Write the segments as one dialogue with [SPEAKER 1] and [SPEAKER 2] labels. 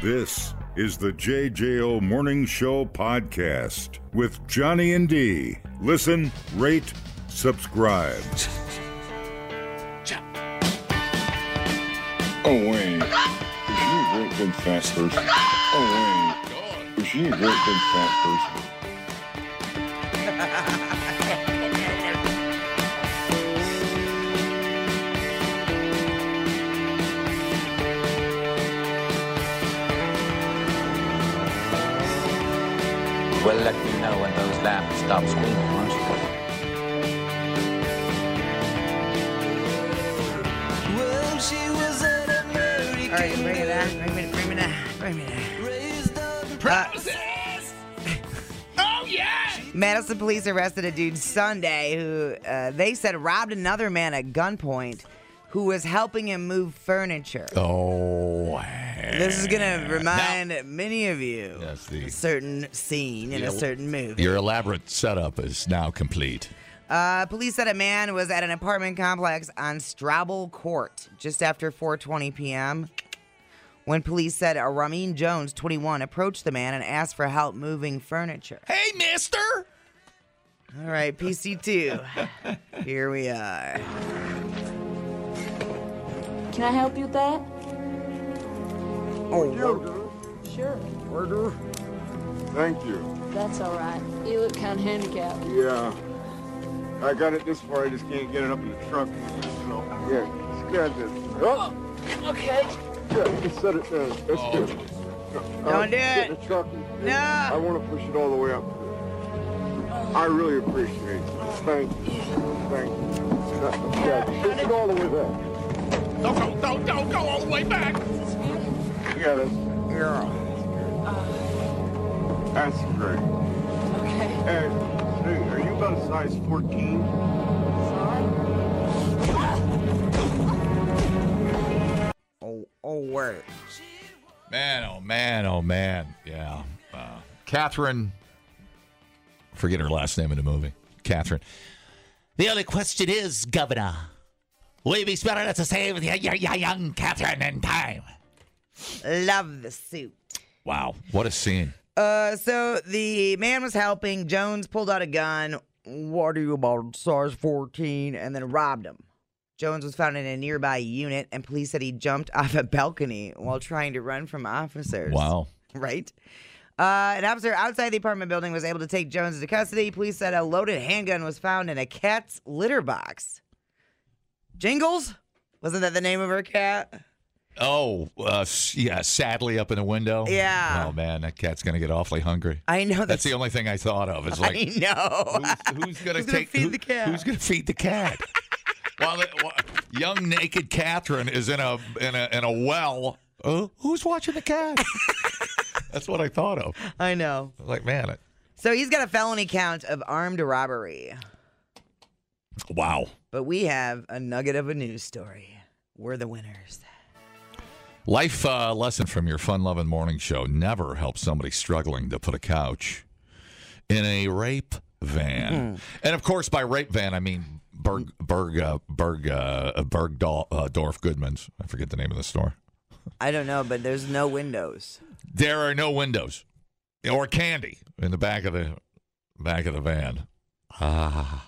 [SPEAKER 1] This is the JJO Morning Show podcast with Johnny and D. Listen, rate, subscribe.
[SPEAKER 2] Oh wait, is she a great big fat person? Oh wait, is she a great big fat person?
[SPEAKER 3] We'll let you know when those lambs stop screaming, won't you?
[SPEAKER 4] Well, she was an American.
[SPEAKER 5] All right, bring it out. Bring it, bring it out. Bring it out.
[SPEAKER 4] Raised on
[SPEAKER 5] Promises! oh,
[SPEAKER 6] Oh,
[SPEAKER 5] yeah! Uh, Madison police arrested a dude Sunday who uh, they said robbed another man at gunpoint who was helping him move furniture.
[SPEAKER 6] Oh,
[SPEAKER 5] This is going to remind many of you
[SPEAKER 6] Yes, the-
[SPEAKER 5] a certain scene in a certain movie.
[SPEAKER 6] your elaborate setup is now complete.
[SPEAKER 5] Uh, police said a man was at an apartment complex on Strabel Court just after 4:20 p.m. when police said a Ramin Jones, 21, approached the man and asked for help moving furniture.
[SPEAKER 6] Hey, mister!
[SPEAKER 5] All right, PC2. Here we are.
[SPEAKER 7] Can I help you with that?
[SPEAKER 5] Oh,
[SPEAKER 7] Sure.
[SPEAKER 8] Order. Thank you.
[SPEAKER 7] That's all right. You look kind of handicapped.
[SPEAKER 8] Yeah. I got it this far, I just can't get it up in the truck. You know. Yeah, just grab this. Oh,
[SPEAKER 7] Okay.
[SPEAKER 8] yeah, you can set it down. That's good. Don't
[SPEAKER 5] Don't do
[SPEAKER 8] get
[SPEAKER 5] it.
[SPEAKER 8] The truck
[SPEAKER 5] No.
[SPEAKER 8] I want to push it all the way up. I really appreciate it. Thank you. Thank you. Yeah, push it all the way back.
[SPEAKER 6] Don't go, don't, don't go all the way back!
[SPEAKER 8] Yeah, that's, that's great.
[SPEAKER 7] Okay.
[SPEAKER 8] Hey, hey, are you about a size 14?
[SPEAKER 7] Sorry.
[SPEAKER 5] Oh, oh, word.
[SPEAKER 6] Man, oh man, oh man. Yeah. Uh, Catherine. Forget her last name in the movie. Catherine. The only question is, Governor, will you be smart enough to save your, your, your young Catherine in time?
[SPEAKER 5] Love the suit.
[SPEAKER 6] Wow, what a scene.
[SPEAKER 5] Uh, so the man was helping. Jones pulled out a gun. What are you about, size 14? And then robbed him. Jones was found in a nearby unit, and police said he jumped off a balcony while trying to run from officers.
[SPEAKER 6] Wow.
[SPEAKER 5] Right? Uh, an officer outside the apartment building was able to take Jones into custody. Police said a loaded handgun was found in a cat's litter box. Jingles? Wasn't that the name of her cat?
[SPEAKER 6] Oh, uh, s- yeah, sadly up in a window.
[SPEAKER 5] Yeah.
[SPEAKER 6] Oh man, that cat's gonna get awfully hungry.
[SPEAKER 5] I know
[SPEAKER 6] That's the only thing I thought of. It's like
[SPEAKER 5] I know.
[SPEAKER 6] who's, who's gonna
[SPEAKER 5] Who's gonna
[SPEAKER 6] take
[SPEAKER 5] feed
[SPEAKER 6] who-
[SPEAKER 5] the cat?
[SPEAKER 6] Who's gonna feed the cat? while, the, while young naked Catherine is in a in a in a well, uh, who's watching the cat? That's what I thought of.
[SPEAKER 5] I know.
[SPEAKER 6] I was Like man, it,
[SPEAKER 5] So he's got a felony count of armed robbery.
[SPEAKER 6] wow.
[SPEAKER 5] But we have a nugget of a news story. We're the winners.
[SPEAKER 6] Life uh, lesson from your fun loving morning show: never help somebody struggling to put a couch in a rape van. And of course, by rape van, I mean Berg Berg uh, Berg uh, Berg Dol- uh, Dorf Goodman's. I forget the name of the store.
[SPEAKER 5] I don't know, but there's no windows.
[SPEAKER 6] There are no windows or candy in the back of the back of the van. Ah,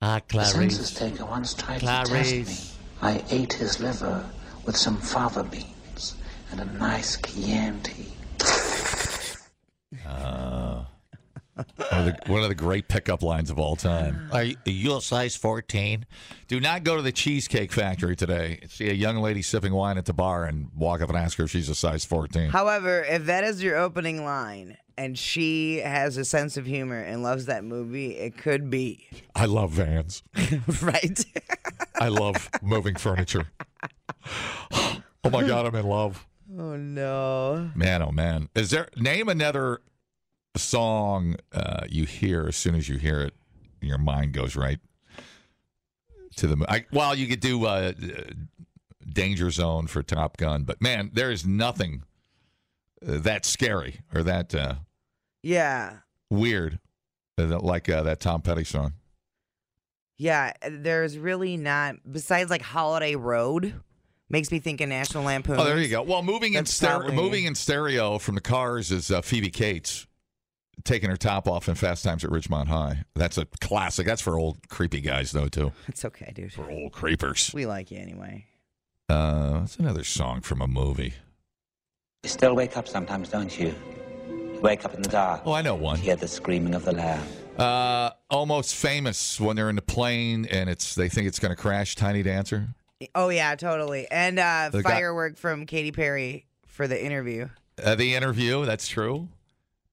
[SPEAKER 6] ah,
[SPEAKER 3] The census taker once tried to test me. I ate his liver with some fava beans and a nice Chianti.
[SPEAKER 6] One of, the, one of the great pickup lines of all time.
[SPEAKER 3] Ah.
[SPEAKER 6] Are you, are you a size 14? Do not go to the Cheesecake Factory today. See a young lady sipping wine at the bar and walk up and ask her if she's a size 14.
[SPEAKER 5] However, if that is your opening line and she has a sense of humor and loves that movie, it could be.
[SPEAKER 6] I love vans.
[SPEAKER 5] right?
[SPEAKER 6] I love moving furniture. Oh my God, I'm in love.
[SPEAKER 5] oh, no.
[SPEAKER 6] Man, oh man. Is there, name another song uh, you hear as soon as you hear it, your mind goes right to the, mo- I, well, you could do uh, danger zone for Top Gun. But man, there is nothing uh, that scary or that uh,
[SPEAKER 5] Yeah.
[SPEAKER 6] weird uh, that- like uh, that Tom Petty song.
[SPEAKER 5] Yeah. There's really not, besides like Holiday Road, Makes me think of National Lampoon.
[SPEAKER 6] Oh, there you go. Well, moving in
[SPEAKER 5] That's
[SPEAKER 6] stereo,
[SPEAKER 5] probably-
[SPEAKER 6] moving in stereo from the Cars is uh, Phoebe Cates taking her top off in Fast Times at Ridgemont High. That's a classic. That's for old creepy guys though too.
[SPEAKER 5] It's okay, dude.
[SPEAKER 6] For old creepers.
[SPEAKER 5] We like you anyway.
[SPEAKER 6] Uh, that's another song from a movie.
[SPEAKER 3] You still wake up sometimes, don't you? You wake up in the dark.
[SPEAKER 6] Oh, I know one.
[SPEAKER 3] Hear the screaming of the lamb.
[SPEAKER 6] Uh, almost famous when they're in the plane and it's they think it's going to crash. Tiny Dancer.
[SPEAKER 5] Oh yeah, totally. And uh,
[SPEAKER 6] The guy-
[SPEAKER 5] firework from Katy Perry for the interview.
[SPEAKER 6] Uh, the interview. That's true.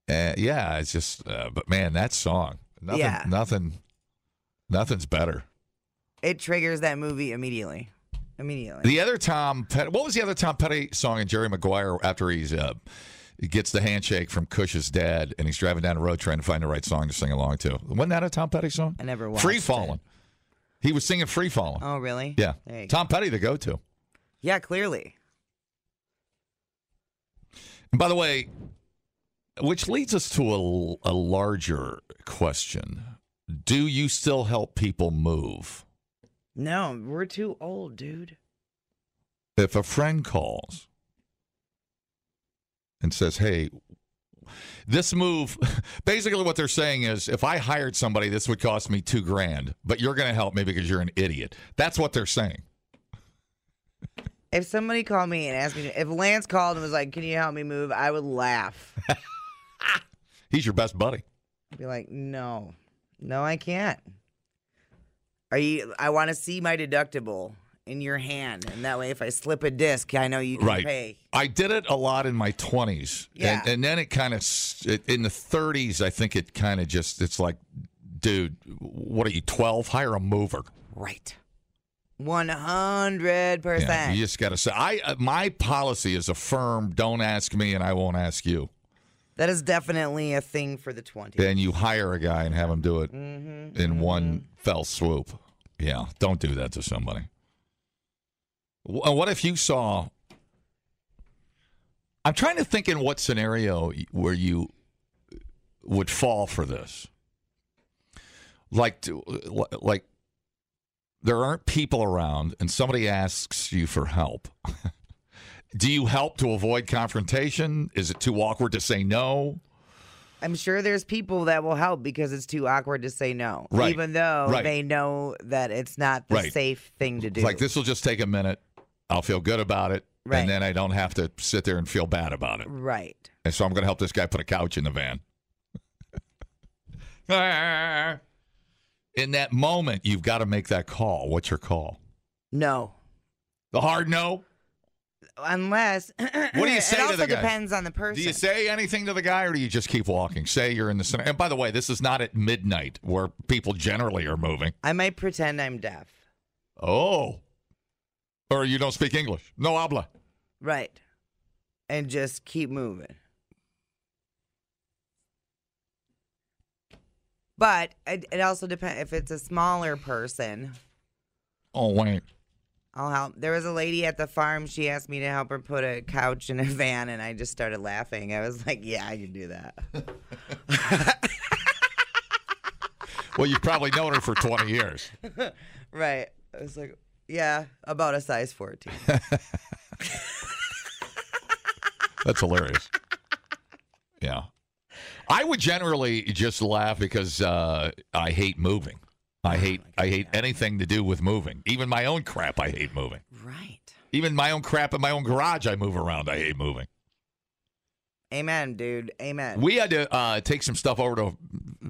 [SPEAKER 6] Uh, yeah, it's just. Uh, but man, that song. Nothing,
[SPEAKER 5] Yeah.
[SPEAKER 6] Nothing. Nothing's better.
[SPEAKER 5] It triggers that movie immediately. Immediately.
[SPEAKER 6] The other Tom Petty, what was the other Tom Petty song in Jerry Maguire after he's uh, he gets the handshake from Cush's dad and he's driving down the road trying to find the right song to sing along to? Wasn't that a Tom Petty song?
[SPEAKER 5] I never watched
[SPEAKER 6] Free
[SPEAKER 5] it.
[SPEAKER 6] Falling. He was singing Free Falling.
[SPEAKER 5] Oh really?
[SPEAKER 6] yeah,
[SPEAKER 5] There you go.
[SPEAKER 6] Tom Petty the go-to.
[SPEAKER 5] Yeah, clearly.
[SPEAKER 6] And by the way, which leads us to a, a larger question: Do you still help people move?
[SPEAKER 5] No, we're too old, dude.
[SPEAKER 6] if a friend calls and says, "Hey, this move," basically what they're saying is, if I hired somebody, this would cost me two grand, but you're going to help me because you're an idiot. That's what they're saying.
[SPEAKER 5] If somebody called me and asked me, to, if Lance called and was like, "Can you help me move?" I would laugh.
[SPEAKER 6] He's your best buddy.
[SPEAKER 5] I'd be like, "No, no, I can't." Are you? I want to see my deductible in your hand, and that way, if I slip a disc, I know you can
[SPEAKER 6] Right.
[SPEAKER 5] pay.
[SPEAKER 6] I did it a lot in my 20s.
[SPEAKER 5] Yeah.
[SPEAKER 6] And, and then it kind of, in the 30s, I think it kind of just, it's like, dude, what are you, 12? Hire a mover.
[SPEAKER 5] Right. One hundred
[SPEAKER 6] Yeah,
[SPEAKER 5] percent.
[SPEAKER 6] you just got to say, I uh, my policy is a firm, don't ask me and I won't ask you.
[SPEAKER 5] That is definitely a thing for the twenties.
[SPEAKER 6] then you hire a guy and have him do it in one fell swoop. Yeah, don't do that to somebody. Wh- What if you saw? I'm trying to think in what scenario y- where you would fall for this. Like, to, like there aren't people around, and somebody asks you for help. do you help to avoid confrontation? Is it too awkward to say no?
[SPEAKER 5] I'm sure there's people that will help because it's too awkward to say no,
[SPEAKER 6] Right.
[SPEAKER 5] even though
[SPEAKER 6] Right.
[SPEAKER 5] they know that it's not the
[SPEAKER 6] Right.
[SPEAKER 5] safe thing to do.
[SPEAKER 6] It's like this will just take a minute. I'll feel good about it,
[SPEAKER 5] Right.
[SPEAKER 6] and then I don't have to sit there and feel bad about it.
[SPEAKER 5] Right.
[SPEAKER 6] And so I'm going to help this guy put a couch in the van. in that moment, you've got to make that call. What's your call?
[SPEAKER 5] No.
[SPEAKER 6] The hard no.
[SPEAKER 5] Unless
[SPEAKER 6] What do you say
[SPEAKER 5] It
[SPEAKER 6] to
[SPEAKER 5] also
[SPEAKER 6] the guy?
[SPEAKER 5] depends on the person.
[SPEAKER 6] Do you say anything to the guy, or do you just keep walking? Say you're in the center. And by the way, this is not at midnight where people generally are moving.
[SPEAKER 5] I might pretend I'm deaf.
[SPEAKER 6] Oh, or you don't speak English. No habla.
[SPEAKER 5] Right. And just keep moving. But it, it also depends if it's a smaller person.
[SPEAKER 6] Oh wait.
[SPEAKER 5] I'll help. There was a lady at the farm. She asked me to help her put a couch in a van, and I just started laughing. I was like, "Yeah, I can do that."
[SPEAKER 6] Well, you've probably known her for 20 years.
[SPEAKER 5] right. I was like, "Yeah, about a size 14."
[SPEAKER 6] That's hilarious. yeah. I would generally just laugh because uh, I hate moving. I hate I hate anything to do with moving. Even my own crap I hate moving.
[SPEAKER 5] right.
[SPEAKER 6] Even my own crap in my own garage I move around. I hate moving.
[SPEAKER 5] Amen, dude. Amen.
[SPEAKER 6] We had to uh, take some stuff over to a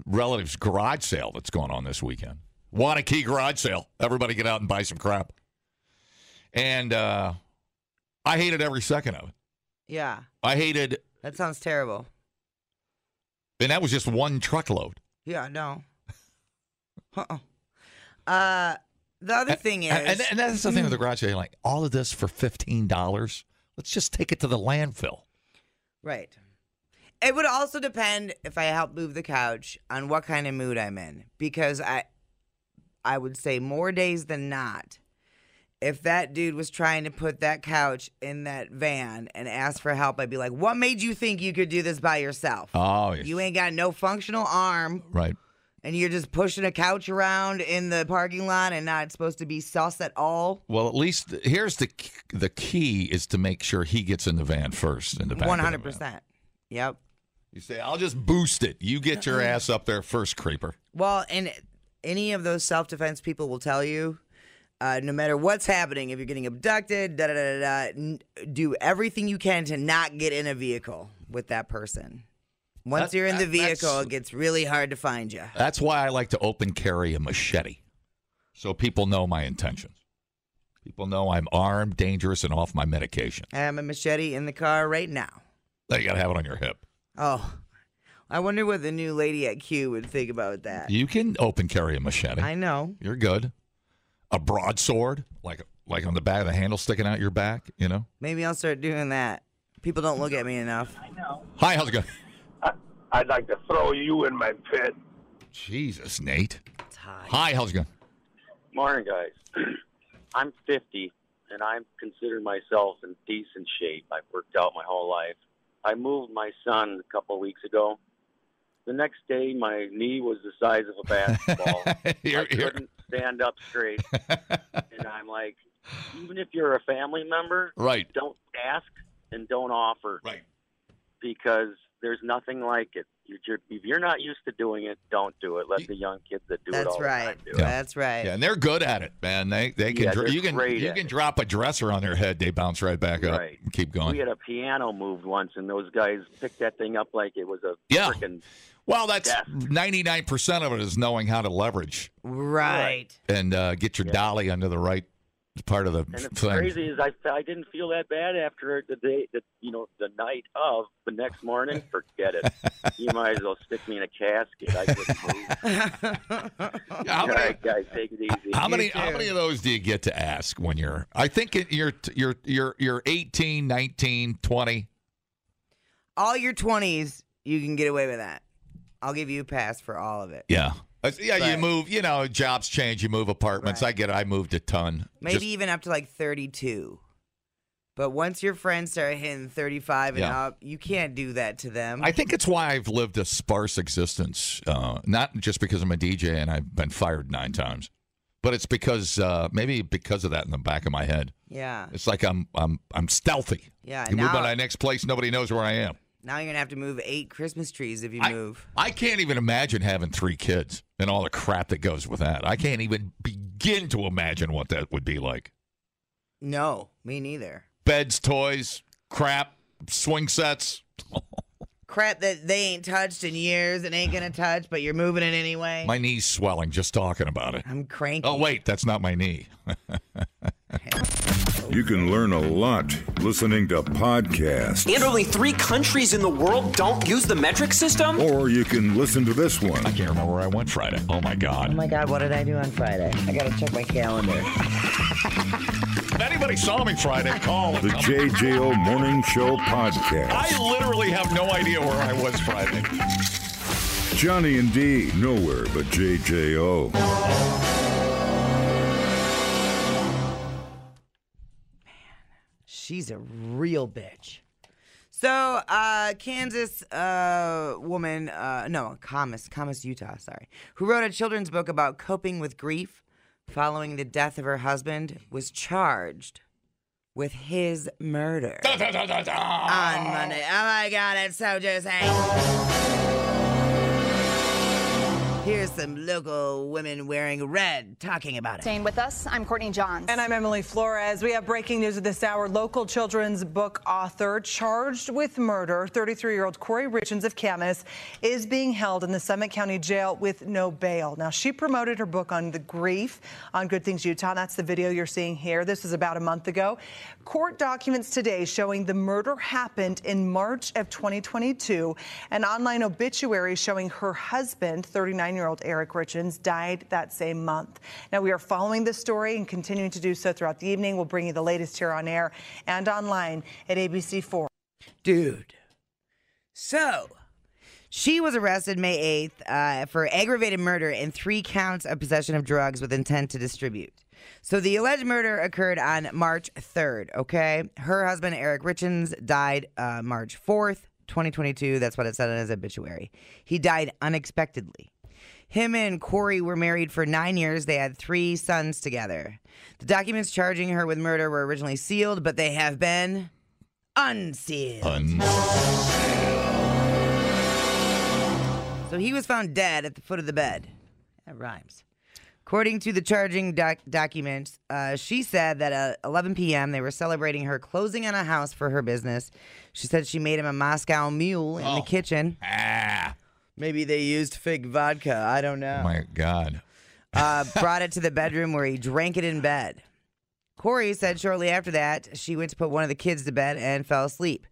[SPEAKER 6] relative's garage sale that's going on this weekend. Wanakee garage sale. Everybody get out and buy some crap. And uh, I hated every second of it.
[SPEAKER 5] yeah,
[SPEAKER 6] I hated
[SPEAKER 5] that sounds terrible.
[SPEAKER 6] and that was just one truckload.
[SPEAKER 5] Yeah, no. Uh-uh. Uh, the other thing is, mm.
[SPEAKER 6] And- and, and that's the thing with the garage sale. Like all of this for fifteen dollars. Let's just take it to the landfill.
[SPEAKER 5] Right. It would also depend if I help move the couch on what kind of mood I'm in because I I would say more days than not if that dude was trying to put that couch in that van and asked for help I'd be like, "What made you think you could do this by yourself?
[SPEAKER 6] Oh,
[SPEAKER 5] you ain't got no functional arm.
[SPEAKER 6] right.
[SPEAKER 5] and you're just pushing a couch around in the parking lot and not supposed to be sus at all.
[SPEAKER 6] Well, at least th- here's the k- the key is to make sure he gets in the van first in the back. of the
[SPEAKER 5] One
[SPEAKER 6] van.
[SPEAKER 5] hundred percent. Yep.
[SPEAKER 6] You say, "I'll just boost it." You get your ass up there first, creeper.
[SPEAKER 5] Well, and any of those self defense people will tell you, uh, no matter what's happening, if you're getting abducted, da da da da, n- do everything you can to not get in a vehicle with that person. Once
[SPEAKER 6] That-
[SPEAKER 5] you're in the
[SPEAKER 6] that- that's-
[SPEAKER 5] vehicle, it gets really hard to find you.
[SPEAKER 6] That's why I like to open carry a machete, so people know my intentions. People know I'm armed, dangerous, and off my medication.
[SPEAKER 5] I have a machete in the car right now.
[SPEAKER 6] You got to have it on your hip.
[SPEAKER 5] Oh, I wonder what the new lady at Q would think about that.
[SPEAKER 6] You can open carry a machete.
[SPEAKER 5] I know.
[SPEAKER 6] You're good. A broadsword, like like on the back of the handle sticking out your back. You know.
[SPEAKER 5] Maybe I'll start doing that. People don't look at me enough.
[SPEAKER 6] Hi, how's it going?
[SPEAKER 9] I'd like to throw you in my pit.
[SPEAKER 6] Jesus, Nate. Hi, how's it going?
[SPEAKER 10] Morning, guys. I'm 50, and I consider myself in decent shape. I've worked out my whole life. I moved my son a couple of weeks ago. The next day, my knee was the size of a basketball. I
[SPEAKER 6] Here, here.
[SPEAKER 10] couldn't stand up straight. and I'm like, even if you're a family member,
[SPEAKER 6] Right.
[SPEAKER 10] don't ask and don't offer
[SPEAKER 6] Right.
[SPEAKER 10] because there's nothing like it. You're, you're, if you're not used to doing it, don't do it. Let the young kids that do it
[SPEAKER 5] That's
[SPEAKER 10] all the
[SPEAKER 5] right.
[SPEAKER 10] time do it.
[SPEAKER 6] Yeah.
[SPEAKER 5] That's right.
[SPEAKER 6] Yeah, and they're good at it, man. They they can
[SPEAKER 10] Yeah,
[SPEAKER 6] dr-
[SPEAKER 10] they're
[SPEAKER 6] you can
[SPEAKER 10] great
[SPEAKER 6] you
[SPEAKER 10] at
[SPEAKER 6] can
[SPEAKER 10] it.
[SPEAKER 6] drop a dresser on their head, they bounce right back up,
[SPEAKER 10] Right.
[SPEAKER 6] and keep
[SPEAKER 10] We
[SPEAKER 6] going.
[SPEAKER 10] had a piano moved once, and those guys picked that thing up like it was a
[SPEAKER 6] Yeah.
[SPEAKER 10] frickin'
[SPEAKER 6] well, that's
[SPEAKER 10] Yeah.
[SPEAKER 6] ninety nine percent of it is knowing how to leverage
[SPEAKER 5] Right.
[SPEAKER 6] and uh, get your dolly under the right part of the
[SPEAKER 10] And it's
[SPEAKER 6] thing.
[SPEAKER 10] crazy is I, I didn't feel that bad after the day that you know the night of the next morning. Forget it. you might as well stick me in a casket. I just move.
[SPEAKER 6] How
[SPEAKER 10] All
[SPEAKER 6] many
[SPEAKER 10] right, guys, take it easy.
[SPEAKER 6] how many how many of those do you get to ask when you're? I think it, you're you're you're you're 18, 19, 20.
[SPEAKER 5] All your 20s, you can get away with that. I'll give you a pass for all of it.
[SPEAKER 6] Yeah. I- Yeah, you
[SPEAKER 5] Right.
[SPEAKER 6] move. You know, jobs change. You move apartments.
[SPEAKER 5] Right.
[SPEAKER 6] I get. it. I moved a ton.
[SPEAKER 5] Maybe
[SPEAKER 6] Just-
[SPEAKER 5] even up to like 32. But once your friends start hitting 35 and
[SPEAKER 6] Yeah.
[SPEAKER 5] up, you can't do that to them.
[SPEAKER 6] I think it's why I've lived a sparse existence. Uh, not just because I'm a DJ and I've been fired nine times, but it's because uh, maybe because of that in the back of my head.
[SPEAKER 5] yeah.
[SPEAKER 6] It's like I'm I'm I'm stealthy.
[SPEAKER 5] Yeah,
[SPEAKER 6] You move
[SPEAKER 5] now-
[SPEAKER 6] on to my next place, nobody knows where I am.
[SPEAKER 5] Now you're going to have to move eight Christmas trees if you
[SPEAKER 6] I-
[SPEAKER 5] move.
[SPEAKER 6] I can't even imagine having three kids and all the crap that goes with that. I can't even begin to imagine what that would be like.
[SPEAKER 5] No, me neither.
[SPEAKER 6] Beds, toys, crap, swing sets.
[SPEAKER 5] Crap that they ain't touched in years and ain't going to touch, but you're moving it anyway.
[SPEAKER 6] My knee's swelling just talking about it.
[SPEAKER 5] I'm cranky.
[SPEAKER 6] Oh wait, that's not my knee.
[SPEAKER 1] You can learn a lot listening to podcasts,
[SPEAKER 4] And only three countries in the world don't use the metric system?
[SPEAKER 1] or you can listen to this one.
[SPEAKER 6] I can't remember where I went Friday. Oh my
[SPEAKER 5] Oh
[SPEAKER 6] god.
[SPEAKER 5] my God, what did I do on Friday? I got to check my calendar.
[SPEAKER 6] If anybody saw me Friday, call.
[SPEAKER 1] The JJO Morning Show podcast.
[SPEAKER 6] I literally have no idea where I was Friday.
[SPEAKER 1] Johnny and D, nowhere but JJO.
[SPEAKER 5] She's a real bitch. So, uh, Kansas uh, woman, uh, no, Camas, Camas, Utah, sorry, who wrote a children's book about coping with grief following the death of her husband, was charged with his murder
[SPEAKER 6] Da, da, da, da, da.
[SPEAKER 5] on Monday. Oh my God, it's so juicy. Here's some local women wearing red talking about it.
[SPEAKER 7] Staying with us, I'm Courtney Johns.
[SPEAKER 4] And I'm Emily Flores. We have breaking news at this hour. Local children's book author charged with murder, 33 year old Corey Richens of Camas, is being held in the Summit County Jail with no bail. Now, she promoted her book on the grief on Good Things Utah. That's the video you're seeing here. This was about a month ago. Court documents today showing the murder happened in March of 2022. An online obituary showing her husband, 39 year old Eric Richens, died that same month. Now, we are following this story and continuing to do so throughout the evening. We'll bring you the latest here on air and online at ABC4.
[SPEAKER 5] dude. So, she was arrested May 8th uh, for aggravated murder and three counts of possession of drugs with intent to distribute. So, the alleged murder occurred on March 3rd, okay? Her husband, Eric Richens, died uh, March 4th, 2022. That's what it said in his obituary. He died unexpectedly. Him and Corey were married for nine years. They had three sons together. The documents charging her with murder were originally sealed, but they have been unsealed. So he was found dead at the foot of the bed. That rhymes. According to the charging doc- documents, uh, she said that at 11 p.m. they were celebrating her closing on a house for her business. She said she made him a Moscow mule in the kitchen.
[SPEAKER 6] Ah.
[SPEAKER 5] Oh. Maybe they used fake vodka. I don't know.
[SPEAKER 6] My God.
[SPEAKER 5] uh, brought it to the bedroom where he drank it in bed. Corey said shortly after that, she went to put one of the kids to bed and fell asleep.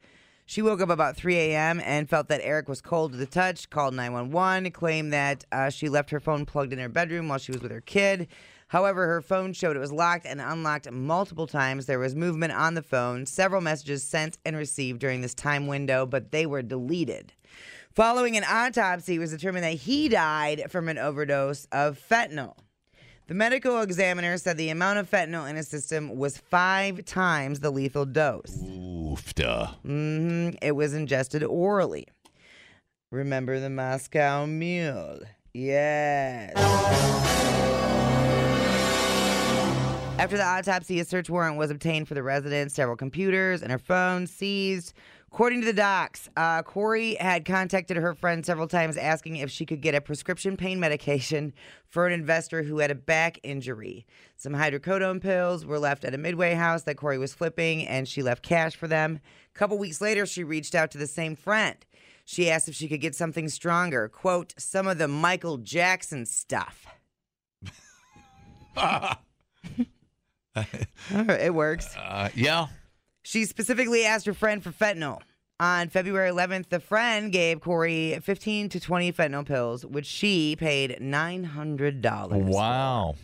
[SPEAKER 5] She woke up about 3 a.m. and felt that Eric was cold to the touch, called 911, claimed that uh, she left her phone plugged in her bedroom while she was with her kid. However, her phone showed it was locked and unlocked multiple times. There was movement on the phone, several messages sent and received during this time window, but they were deleted. Following an autopsy, it was determined that he died from an overdose of fentanyl. The medical examiner said the amount of fentanyl in his system was five times the lethal dose.
[SPEAKER 6] Oof, duh.
[SPEAKER 5] hmm It was ingested orally. Remember the Moscow Mule? Yes. After the autopsy, a search warrant was obtained for the residence, several computers and her phone seized. According to the docs, uh, Corey had contacted her friend several times asking if she could get a prescription pain medication for an investor who had a back injury. Some hydrocodone pills were left at a Midway house that Corey was flipping, and she left cash for them. A couple weeks later, she reached out to the same friend. She asked if she could get something stronger, quote, some of the Michael Jackson stuff. All right, it works.
[SPEAKER 6] Uh, yeah.
[SPEAKER 5] She specifically asked her friend for fentanyl. On February 11th, the friend gave Corey 15 to 20 fentanyl pills, which she paid $900.
[SPEAKER 6] Wow.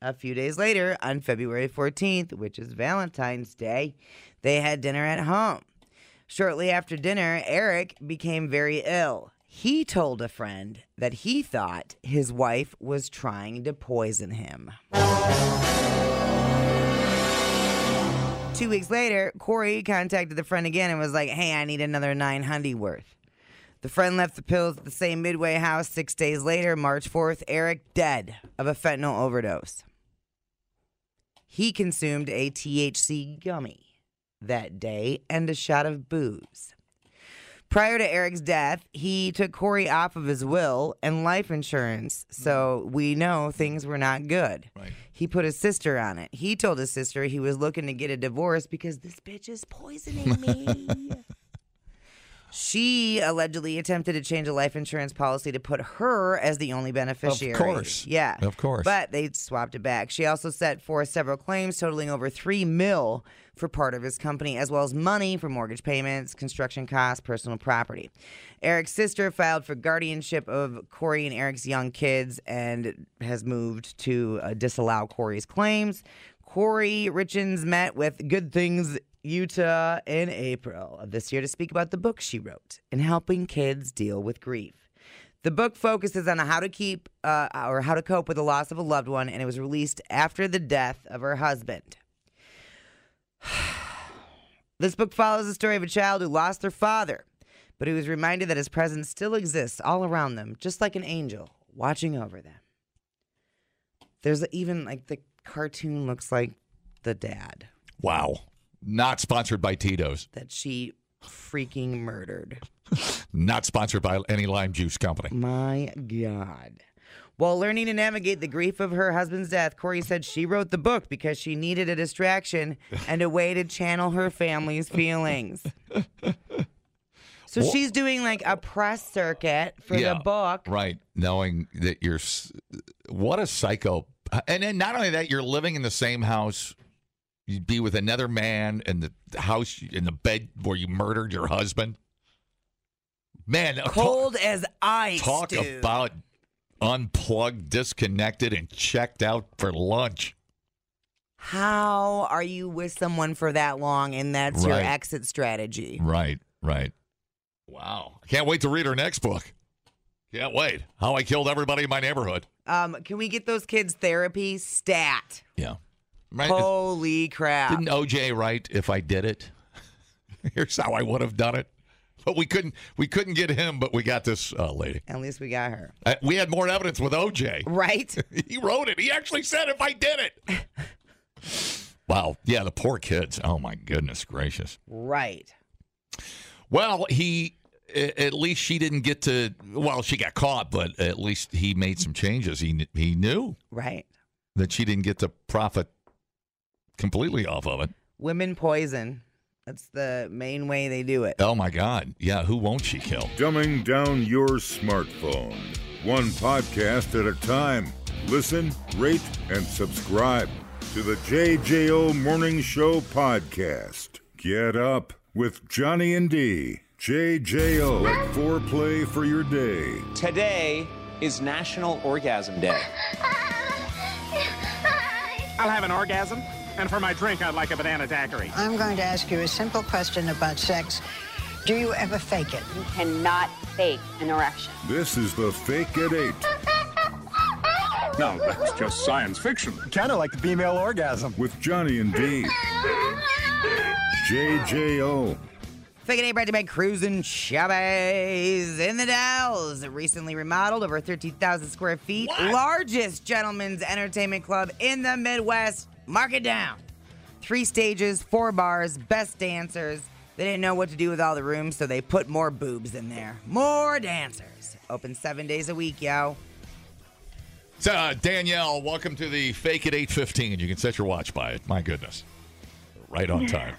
[SPEAKER 5] A few days later, on February 14th, which is Valentine's Day, they had dinner at home. Shortly after dinner, Eric became very ill. He told a friend that he thought his wife was trying to poison him. Two weeks later, Corey contacted the friend again and was like, "Hey, I need another nine hundy worth." The friend left the pills at the same Midway house six days later, March fourth. Eric dead of a fentanyl overdose. He consumed a THC gummy that day and a shot of booze. Prior to Eric's death, he took Corey off of his will and life insurance, so we know things were not good.
[SPEAKER 6] Right.
[SPEAKER 5] He put his sister on it. He told his sister he was looking to get a divorce because this bitch is poisoning me. she allegedly attempted to change a life insurance policy to put her as the only beneficiary.
[SPEAKER 6] course.
[SPEAKER 5] Yeah.
[SPEAKER 6] Of course.
[SPEAKER 5] But they swapped it back. She also set forth several claims totaling over 3 mil for part of his company as well as money for mortgage payments, construction costs, personal property. Eric's sister filed for guardianship of Corey and Eric's young kids and has moved to uh, disallow Corey's claims. Corey Richens met with Good Things Utah in April of this year to speak about the book she wrote in helping kids deal with grief. The book focuses on how to keep uh, or how to cope with the loss of a loved one, and it was released after the death of her husband. this book follows the story of a child who lost their father, but who was reminded that his presence still exists all around them, just like an angel watching over them. There's even like the cartoon looks like the dad
[SPEAKER 6] Wow. Not sponsored by Tito's.
[SPEAKER 5] that she freaking murdered.
[SPEAKER 6] Not sponsored by any lime juice company.
[SPEAKER 5] My God. While learning to navigate the grief of her husband's death, Corey said she wrote the book because she needed a distraction and a way to channel her family's feelings. So
[SPEAKER 6] Wha-
[SPEAKER 5] she's doing like a press circuit for
[SPEAKER 6] yeah,
[SPEAKER 5] the book.
[SPEAKER 6] Right. Knowing that you're, s- what a psycho. And then not only that, you're living in the same house. You'd be with another man in the house, in the bed where you murdered your husband. Man, a-
[SPEAKER 5] Cold as ice.
[SPEAKER 6] Talk
[SPEAKER 5] dude.
[SPEAKER 6] about unplugged, disconnected, and checked out for lunch.
[SPEAKER 5] How are you with someone for that long and that's your
[SPEAKER 6] Right.
[SPEAKER 5] exit strategy?
[SPEAKER 6] Right, right. Wow. I can't wait to read her next book. Can't wait. How I Killed Everybody in My Neighborhood.
[SPEAKER 5] Um, can we get those kids therapy stat?
[SPEAKER 6] Yeah. Right.
[SPEAKER 5] Oh, Holy crap.
[SPEAKER 6] Didn't OJ write if I did it? Here's how I would have done it. But we couldn't we couldn't get him, but we got this uh, lady.
[SPEAKER 5] At least we got her.
[SPEAKER 6] Uh, we had more evidence with OJ.
[SPEAKER 5] Right?
[SPEAKER 6] he wrote it. He actually said, "If I did it." wow. Yeah, the poor kids. Oh my goodness gracious.
[SPEAKER 5] Right.
[SPEAKER 6] Well, he a- at least she didn't get to. Well, she got caught, but at least he made some changes. He kn- he knew
[SPEAKER 5] Right.
[SPEAKER 6] that she didn't get to profit completely off of it.
[SPEAKER 5] Women poison. That's the main way they do it.
[SPEAKER 6] Oh my God. Yeah. Who won't she kill?
[SPEAKER 1] Dumbing down your smartphone. One podcast at a time. Listen, rate, and subscribe to the JJO Morning Show podcast. Get up with Johnny and D. JJO at foreplay for your day.
[SPEAKER 11] Today is National Orgasm Day.
[SPEAKER 12] I'll have an orgasm, and for my drink, I'd like a banana daiquiri.
[SPEAKER 13] I'm going to ask you a simple question about sex. Do you ever fake it? You cannot fake an erection.
[SPEAKER 1] This is the Fake at 8.
[SPEAKER 12] No, that's just science fiction. Kind of like the female orgasm.
[SPEAKER 1] With Johnny and D. JJO.
[SPEAKER 5] Fake Day brought to you by Cruisin' Chubbies in the Dells. Recently remodeled, over 13,000 square feet. Largest gentlemen's entertainment club in the Midwest. Mark it down. Three stages, four bars, best dancers. They didn't know what to do with all the rooms, so they put more boobs in there. More dancers. Open seven days a week, yo.
[SPEAKER 6] So, uh, Danielle, welcome to the Fake at 815. You can set your watch by it. My goodness. Right on time.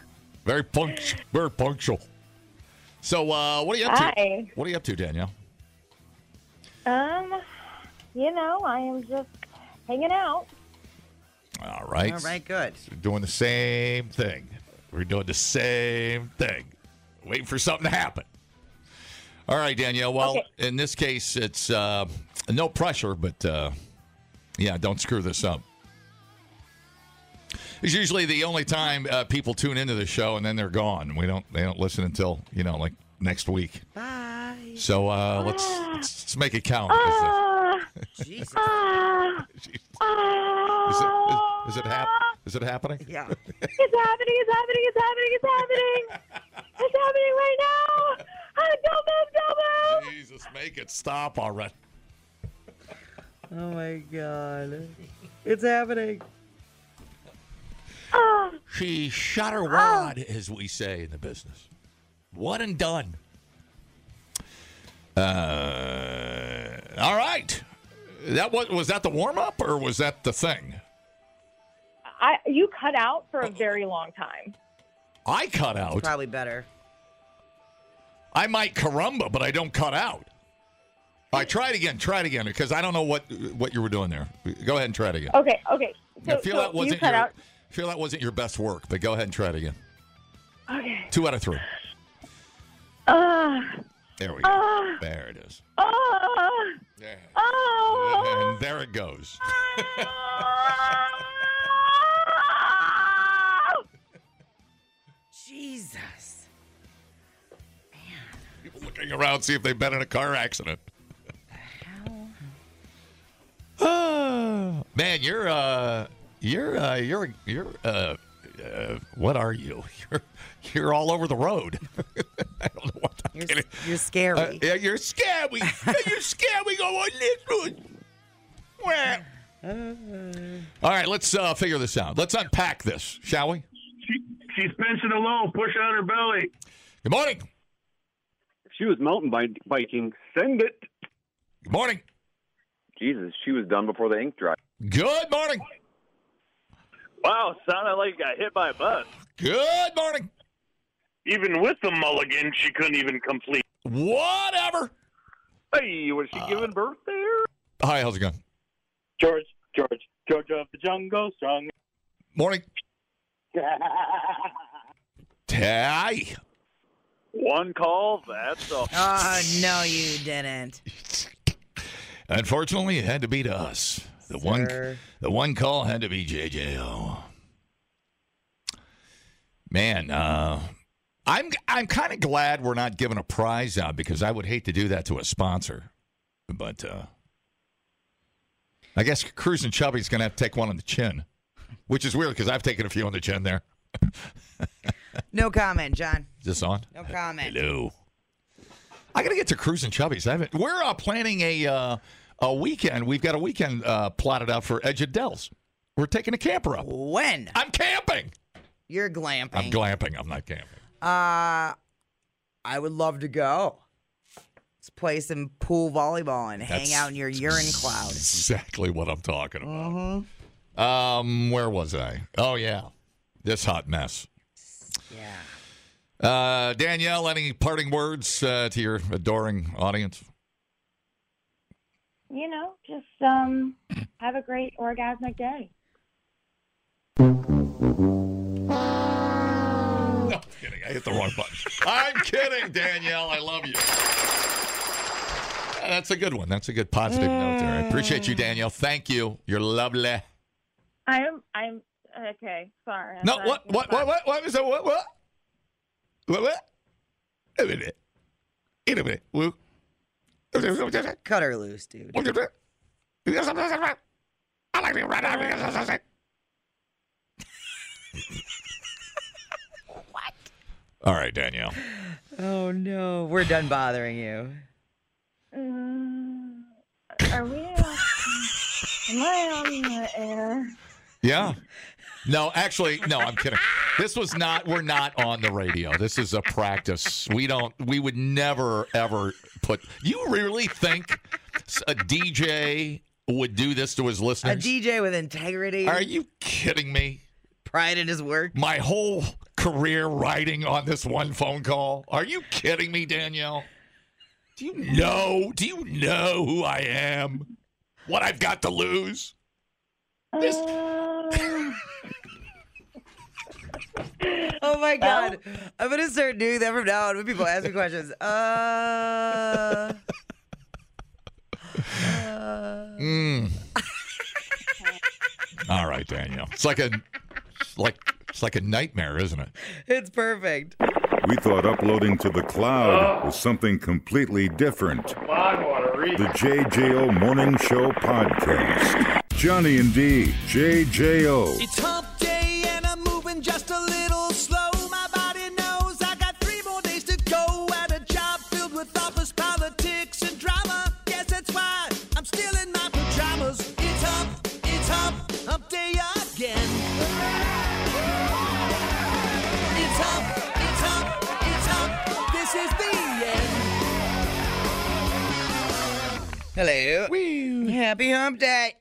[SPEAKER 6] Very punctual. Very punctual. So, uh, what are you up to?
[SPEAKER 14] Hi.
[SPEAKER 6] What are you up to, Danielle?
[SPEAKER 14] Um, you know, I am just hanging out.
[SPEAKER 6] All right.
[SPEAKER 14] All right,
[SPEAKER 5] good.
[SPEAKER 6] doing the same thing. We're doing the same thing. Waiting for something to happen. All right, Danielle. Well, in this case, it's uh, no pressure, but uh, yeah, don't screw this up. It's usually the only time uh, people tune into the show, and then they're gone. We don't they don't listen until you know like next week. Bye. So uh, let's, let's let's make it count. Is it-
[SPEAKER 5] Jesus.
[SPEAKER 14] Ah,
[SPEAKER 6] Is it, is, is it hap- Is it happening?
[SPEAKER 5] Yeah.
[SPEAKER 14] It's happening, it's happening, it's happening, it's happening. it's happening right now. Ah, I don't move,
[SPEAKER 10] Ah.
[SPEAKER 14] don't move.
[SPEAKER 6] Jesus, make it stop already.
[SPEAKER 5] Oh my God. It's happening.
[SPEAKER 6] She shot
[SPEAKER 14] Oh.
[SPEAKER 6] her wad, as we say in the business. One and done. Uh, all right. That was was that the warm up or was that the thing?
[SPEAKER 14] I, you cut out for a very long time.
[SPEAKER 6] I cut out.
[SPEAKER 5] Probably better.
[SPEAKER 6] I might carumba, but I don't cut out. All right, try it again. Try it again because I don't know what what you were doing there. Go ahead and try it again.
[SPEAKER 14] Okay, okay. So,
[SPEAKER 6] I feel
[SPEAKER 14] so
[SPEAKER 6] that wasn't
[SPEAKER 14] you cut
[SPEAKER 6] your,
[SPEAKER 14] out.
[SPEAKER 6] I feel that wasn't your best work, but go ahead and try it again.
[SPEAKER 14] Okay.
[SPEAKER 6] Two out of three.
[SPEAKER 14] Uh,
[SPEAKER 6] There we go.
[SPEAKER 14] Ah.
[SPEAKER 6] there it is.
[SPEAKER 14] uh,
[SPEAKER 6] There.
[SPEAKER 14] oh.
[SPEAKER 6] And there it goes.
[SPEAKER 5] Jesus.
[SPEAKER 6] Looking around, see if they've been in a car accident. Ah, Man, you're uh, you're uh, you're you're uh, uh, what are you? You're you're all over the road. I don't know what. You're,
[SPEAKER 5] you're scary.
[SPEAKER 6] yeah, you're scary. you're scary. Go on this road. Wah. All right, let's uh, figure this out. Let's unpack this, shall we?
[SPEAKER 15] She's pinching alone. Push out her belly.
[SPEAKER 6] Good morning.
[SPEAKER 16] She was mountain bike- biking. Send it.
[SPEAKER 6] Good morning.
[SPEAKER 16] Jesus, she was done before the ink dried.
[SPEAKER 6] Good morning.
[SPEAKER 15] Wow, sounded like you got hit by a bus.
[SPEAKER 6] Good morning.
[SPEAKER 15] Even with the mulligan, she couldn't even complete.
[SPEAKER 6] Whatever.
[SPEAKER 15] Hey, was she
[SPEAKER 6] Ah.
[SPEAKER 15] giving birth there?
[SPEAKER 6] Hi, how's it going?
[SPEAKER 15] George, George, George of the jungle, strong.
[SPEAKER 6] Morning. Ty.
[SPEAKER 15] One call, that's all.
[SPEAKER 5] Oh, no, you didn't.
[SPEAKER 6] Unfortunately, it had to be to us. The one, the one call had to be JJO. Man, uh, I'm I'm kind of glad we're not giving a prize out because I would hate to do that to a sponsor. But uh, I guess Cruz and Chubby's gonna have to take one on the chin, which is weird because I've taken a few on the chin there.
[SPEAKER 5] No comment, John.
[SPEAKER 6] Is this on?
[SPEAKER 5] No comment.
[SPEAKER 6] Hello. I gotta get to cruising chubbies. I haven't. We're uh, planning a uh, a weekend. We've got a weekend uh, plotted out for Edge of Dells. We're taking a camper up.
[SPEAKER 5] When?
[SPEAKER 6] I'm camping.
[SPEAKER 5] You're glamping.
[SPEAKER 6] I'm glamping. I'm not camping.
[SPEAKER 5] Uh, I would love to go. Let's play some pool volleyball and hang
[SPEAKER 6] That's
[SPEAKER 5] out in your urine cloud.
[SPEAKER 6] Exactly what I'm talking about.
[SPEAKER 5] Mhm.
[SPEAKER 6] Um, where was I? Oh yeah, this hot mess. Yeah. Uh, Danielle, any parting words uh, to your adoring audience?
[SPEAKER 17] You know, just um, have a great orgasmic day.
[SPEAKER 6] No, I'm kidding. I hit the wrong button. I'm kidding, Danielle. I love you. Yeah, That's a good one. That's a good positive note there. I appreciate you, Danielle. Thank you. You're lovely.
[SPEAKER 14] I'm. I'm. Okay. Sorry. I'm
[SPEAKER 6] No,
[SPEAKER 14] not-
[SPEAKER 6] what, what, what, what, what was that? What, what? What, what? Wait a minute. Wait a minute, Luke.
[SPEAKER 5] Cut her loose, dude.
[SPEAKER 6] I like to run out. All right, Danielle.
[SPEAKER 5] Oh no, we're done bothering you.
[SPEAKER 14] Mm, are we? on- am I on the air?
[SPEAKER 6] Yeah. No, actually, no, I'm kidding. This was not, we're not on the radio. This is a practice. We don't, we would never, ever put, you really think a DJ would do this to his
[SPEAKER 5] A
[SPEAKER 6] listeners?
[SPEAKER 5] DJ with integrity.
[SPEAKER 6] Are you kidding me?
[SPEAKER 5] Pride in his work.
[SPEAKER 6] My whole career riding on this one phone call. Are you kidding me, Danielle? Do you know? Do you know who I am? What I've got to lose?
[SPEAKER 5] Oh my god. I'm gonna start doing that from now on when people ask me questions. Uh, uh,
[SPEAKER 6] Mm. All right, Danielle. It's like a it's like it's like a nightmare, isn't it?
[SPEAKER 5] it's perfect.
[SPEAKER 1] We thought uploading to the cloud was something completely different. The JJO Morning Show Podcast. Johnny and Dee, JJO.
[SPEAKER 7] It's hump day and I'm moving just a little slow. My body knows I got three more days to go at a job filled with office politics and drama. Yes, that's why I'm still in my pajamas. It's hump, it's hump, hump day again. It's hump, it's hump, it's hump. This is the end.
[SPEAKER 5] Hello. Happy hump day.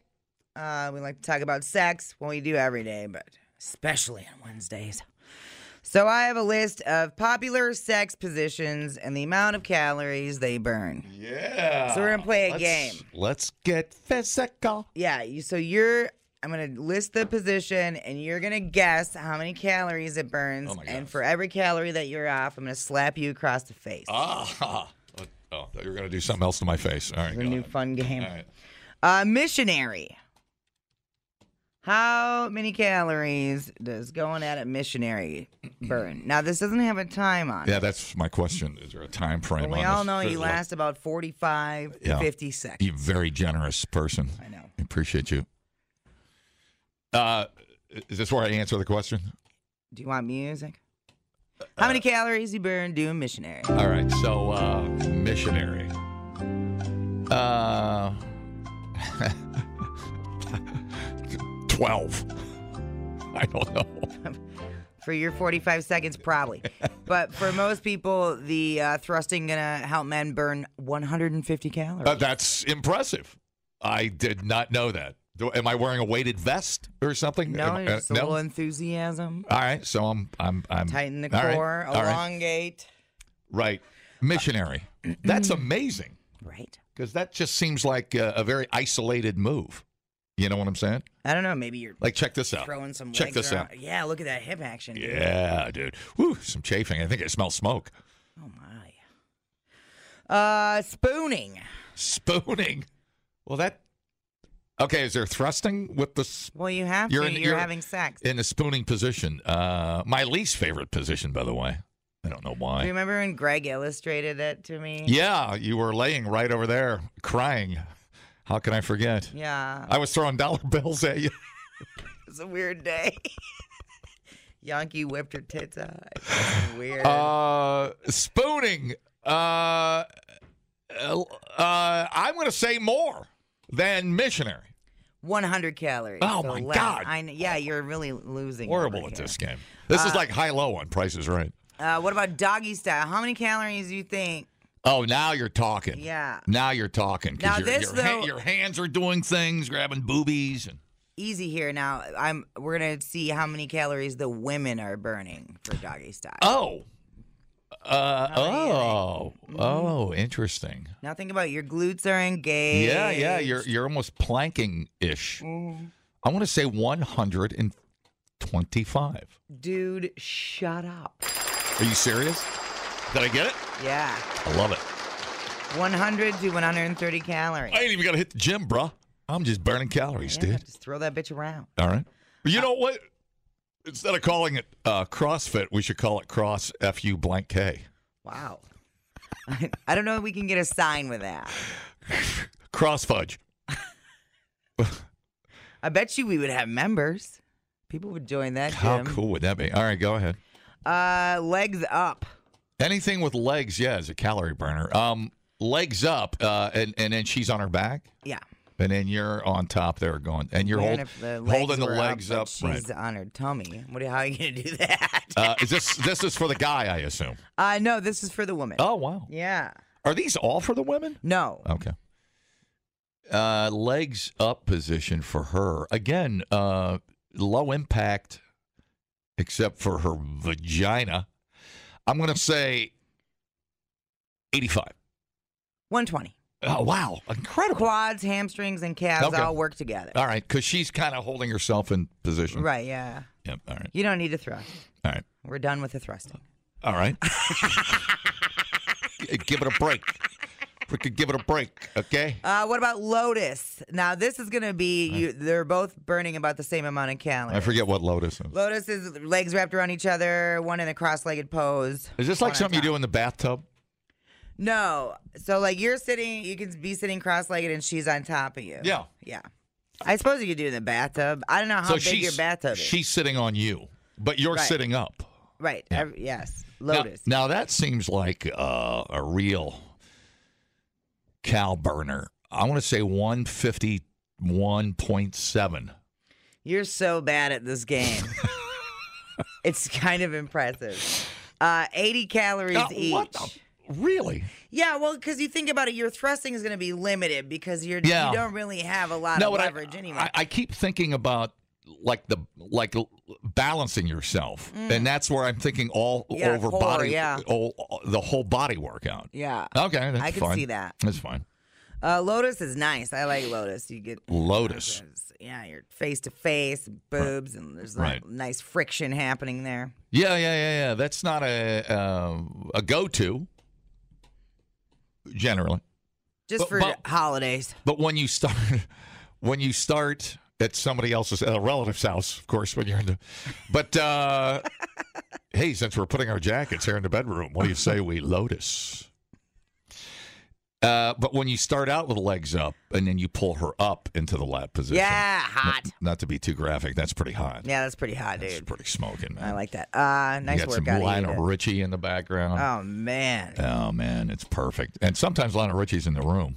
[SPEAKER 5] Uh, we like to talk about sex. Well, we do every day, but especially on Wednesdays. So I have a list of popular sex positions and the amount of calories they burn.
[SPEAKER 6] Yeah.
[SPEAKER 5] So we're gonna play a game.
[SPEAKER 6] Let's get physical.
[SPEAKER 5] Yeah, you, so you're I'm going to list the position and you're going to guess how many calories it
[SPEAKER 6] Oh
[SPEAKER 5] burns and for every calorie that you're off, I'm going to slap you across the face.
[SPEAKER 6] Ah. Oh, I thought you were gonna do something else to my face. All right.
[SPEAKER 5] a
[SPEAKER 6] go
[SPEAKER 5] new
[SPEAKER 6] ahead.
[SPEAKER 5] fun game.
[SPEAKER 6] All right.
[SPEAKER 5] Uh, missionary. How many calories does going at a missionary burn? Now this doesn't have a time on it.
[SPEAKER 6] Yeah, that's my question. Is there a time frame
[SPEAKER 5] But we
[SPEAKER 6] on
[SPEAKER 5] all
[SPEAKER 6] this?
[SPEAKER 5] know
[SPEAKER 6] There's
[SPEAKER 5] you
[SPEAKER 6] like-
[SPEAKER 5] last about 45
[SPEAKER 6] Yeah.
[SPEAKER 5] to 50 seconds.
[SPEAKER 6] You're a very generous person. I
[SPEAKER 5] know.
[SPEAKER 6] I appreciate you. Uh, is this where I answer the question?
[SPEAKER 5] Do you want music?
[SPEAKER 6] Uh,
[SPEAKER 5] How many calories you burn doing missionary?
[SPEAKER 6] All right, so uh, missionary. Uh, twelve. I don't know.
[SPEAKER 5] for your 45 seconds probably but for most people the uh, thrusting gonna help men burn 150 calories
[SPEAKER 6] Uh, that's impressive. I did not know that. Do, am I wearing a weighted vest or something?
[SPEAKER 5] no
[SPEAKER 6] Am- uh,
[SPEAKER 5] just a little enthusiasm
[SPEAKER 6] All right, so I'm I'm I'm
[SPEAKER 5] tighten the
[SPEAKER 6] all right,
[SPEAKER 5] core
[SPEAKER 6] all right.
[SPEAKER 5] elongate
[SPEAKER 6] Right. Missionary. That's amazing.
[SPEAKER 5] Right.
[SPEAKER 6] Because that just seems like a, a very isolated move. You know what I'm saying?
[SPEAKER 5] i don't know maybe you're
[SPEAKER 6] Like, check this out.
[SPEAKER 5] throwing some
[SPEAKER 6] check
[SPEAKER 5] legs
[SPEAKER 6] this
[SPEAKER 5] around.
[SPEAKER 6] out.
[SPEAKER 5] yeah look at that hip action dude.
[SPEAKER 6] Yeah, dude. Whew, some chafing. I think I smell smoke.
[SPEAKER 5] oh my uh spooning
[SPEAKER 6] Spooning. Well, that. Okay, is there thrusting with the s-
[SPEAKER 5] well you have
[SPEAKER 6] You're
[SPEAKER 5] to
[SPEAKER 6] in-
[SPEAKER 5] you're,
[SPEAKER 6] you're-
[SPEAKER 5] having sex
[SPEAKER 6] in the spooning position? Uh, my least favorite position, by the way. I don't know
[SPEAKER 5] do you
[SPEAKER 6] why.
[SPEAKER 5] remember when greg illustrated that to me
[SPEAKER 6] Yeah, you were laying right over there, crying. How can I forget?
[SPEAKER 5] yeah
[SPEAKER 6] I was throwing dollar bills at you.
[SPEAKER 5] It's a weird day. Yankee whipped her tits out. It's fucking Weird.
[SPEAKER 6] Uh, spooning. Uh, uh, I'm going to say more than missionary.
[SPEAKER 5] 100 calories.
[SPEAKER 6] Oh,
[SPEAKER 5] so
[SPEAKER 6] my
[SPEAKER 5] less.
[SPEAKER 6] God.
[SPEAKER 5] I kn- yeah, you're really losing.
[SPEAKER 6] Horrible
[SPEAKER 5] over
[SPEAKER 6] at
[SPEAKER 5] here.
[SPEAKER 6] this game. This is
[SPEAKER 5] Uh,
[SPEAKER 6] like high low on Price is Right.
[SPEAKER 5] Uh, what about doggy style? How many calories do you think?
[SPEAKER 6] Oh, now you're talking.
[SPEAKER 5] Yeah.
[SPEAKER 6] Now you're talking.
[SPEAKER 5] Now
[SPEAKER 6] 'cause your,
[SPEAKER 5] this,
[SPEAKER 6] your, ha-
[SPEAKER 5] though-
[SPEAKER 6] your hands are doing things, grabbing boobies and.
[SPEAKER 5] Easy here now. I'm. We're gonna see how many calories the women are burning for doggy style.
[SPEAKER 6] Oh. Uh, oh, oh, interesting.
[SPEAKER 5] Now think about it. your glutes are engaged.
[SPEAKER 6] Yeah, yeah, you're you're almost planking ish. I want to say 125.
[SPEAKER 5] Dude, shut up.
[SPEAKER 6] Are you serious? Did I get it?
[SPEAKER 5] Yeah,
[SPEAKER 6] I love it.
[SPEAKER 5] 100 to 130 calories.
[SPEAKER 6] I ain't even got to hit the gym, bruh. I'm just burning calories, dude.
[SPEAKER 5] Just throw that bitch around.
[SPEAKER 6] All right.
[SPEAKER 5] Uh,
[SPEAKER 6] You know what? Instead of calling it uh, CrossFit, we should call it Cross FU blank K.
[SPEAKER 5] Wow. I, I don't know if we can get a sign with that.
[SPEAKER 6] Cross fudge.
[SPEAKER 5] I bet you we would have members. People would join that
[SPEAKER 6] How
[SPEAKER 5] gym.
[SPEAKER 6] cool would that be? All right, go ahead.
[SPEAKER 5] Uh, legs up.
[SPEAKER 6] Anything with legs, yeah, is a calorie burner. Um, legs up, uh, and and then she's on her back,
[SPEAKER 5] Yeah.
[SPEAKER 6] and then you're on top there going, and you're
[SPEAKER 5] Weird
[SPEAKER 6] hold,
[SPEAKER 5] if the legs
[SPEAKER 6] holding the
[SPEAKER 5] were
[SPEAKER 6] legs
[SPEAKER 5] but
[SPEAKER 6] up. right.
[SPEAKER 5] She's on her tummy. What? How are you gonna do that?
[SPEAKER 6] Uh, is this this is for the guy, I assume.
[SPEAKER 5] Uh, no, this is for the woman.
[SPEAKER 6] Oh wow,
[SPEAKER 5] Yeah.
[SPEAKER 6] are these all for the women?
[SPEAKER 5] No.
[SPEAKER 6] Okay. Uh, legs up position for her again. Uh, low impact, except for her vagina. I'm gonna say eighty-five.
[SPEAKER 5] 120.
[SPEAKER 6] Oh wow, incredible.
[SPEAKER 5] Quads, hamstrings, and calves
[SPEAKER 6] Okay.
[SPEAKER 5] all work together.
[SPEAKER 6] All right, because she's kind of holding herself in position.
[SPEAKER 5] Right. Yeah.
[SPEAKER 6] Yep. All right.
[SPEAKER 5] You don't need to thrust.
[SPEAKER 6] All right.
[SPEAKER 5] We're done with the thrusting.
[SPEAKER 6] All right. G- give it a break. We could give it a break, okay?
[SPEAKER 5] Uh, what about Lotus? Now this is gonna be you. They're both burning about the same amount of calories.
[SPEAKER 6] I forget what lotus is.
[SPEAKER 5] Lotus is legs wrapped around each other, one in a cross-legged pose.
[SPEAKER 6] Is this
[SPEAKER 5] one
[SPEAKER 6] like
[SPEAKER 5] on
[SPEAKER 6] something you do in the bathtub?
[SPEAKER 5] No. So like you're sitting, you can be sitting cross-legged, and she's on top of you.
[SPEAKER 6] Yeah.
[SPEAKER 5] Yeah. I suppose you could do it in the bathtub. I don't know how big your bathtub is.
[SPEAKER 6] she's sitting on you, but you're
[SPEAKER 5] Right.
[SPEAKER 6] sitting up.
[SPEAKER 5] right. Ev- yes.
[SPEAKER 6] Now-
[SPEAKER 5] Lotus.
[SPEAKER 6] Now, that seems like uh, a real cow burner. I want to say 151.7.
[SPEAKER 5] You're so bad at this game. it's kind of impressive. Uh, 80 calories
[SPEAKER 6] Uh,
[SPEAKER 5] each.
[SPEAKER 6] what the- Really?
[SPEAKER 5] Yeah, well, because you think about it, your thrusting is going to be limited because you're
[SPEAKER 6] Yeah.
[SPEAKER 5] you don't really have a lot of
[SPEAKER 6] but I-
[SPEAKER 5] leverage anyway.
[SPEAKER 6] I, I keep thinking about like the like l- balancing yourself, and that's where I'm thinking all
[SPEAKER 5] Mm. Yeah,
[SPEAKER 6] over
[SPEAKER 5] core,
[SPEAKER 6] body,
[SPEAKER 5] yeah.
[SPEAKER 6] all, all- the whole body workout.
[SPEAKER 5] yeah.
[SPEAKER 6] Okay, that's
[SPEAKER 5] I can
[SPEAKER 6] fine.
[SPEAKER 5] see that.
[SPEAKER 6] That's fine.
[SPEAKER 5] Uh, Lotus is nice. I like Lotus. You get
[SPEAKER 6] Lotus.
[SPEAKER 5] yeah, you're face to face, boobs, and there's like
[SPEAKER 6] Right.
[SPEAKER 5] nice friction happening there.
[SPEAKER 6] Yeah, yeah, yeah, yeah. That's not a uh, a go to generally,
[SPEAKER 5] Just
[SPEAKER 6] But-
[SPEAKER 5] for
[SPEAKER 6] but-
[SPEAKER 5] holidays.
[SPEAKER 6] but when you start when you start at somebody else's a relative's house, of course, when you're in the but. uh Hey, since we're putting our jackets here in the bedroom, what do you say we lotus? Uh, but when you start out with legs up and then you pull her up into the lap position.
[SPEAKER 5] Yeah, hot.
[SPEAKER 6] Not, not to be too graphic, that's pretty hot.
[SPEAKER 5] Yeah, that's pretty hot,
[SPEAKER 6] That's
[SPEAKER 5] dude.
[SPEAKER 6] pretty smoking, man.
[SPEAKER 5] I like that. Uh, nice
[SPEAKER 6] you got
[SPEAKER 5] work
[SPEAKER 6] some
[SPEAKER 5] out of you.
[SPEAKER 6] Lionel
[SPEAKER 5] to-
[SPEAKER 6] Richie in the background.
[SPEAKER 5] Oh man,
[SPEAKER 6] Oh, man, it's perfect. And sometimes Lionel Richie's in the room,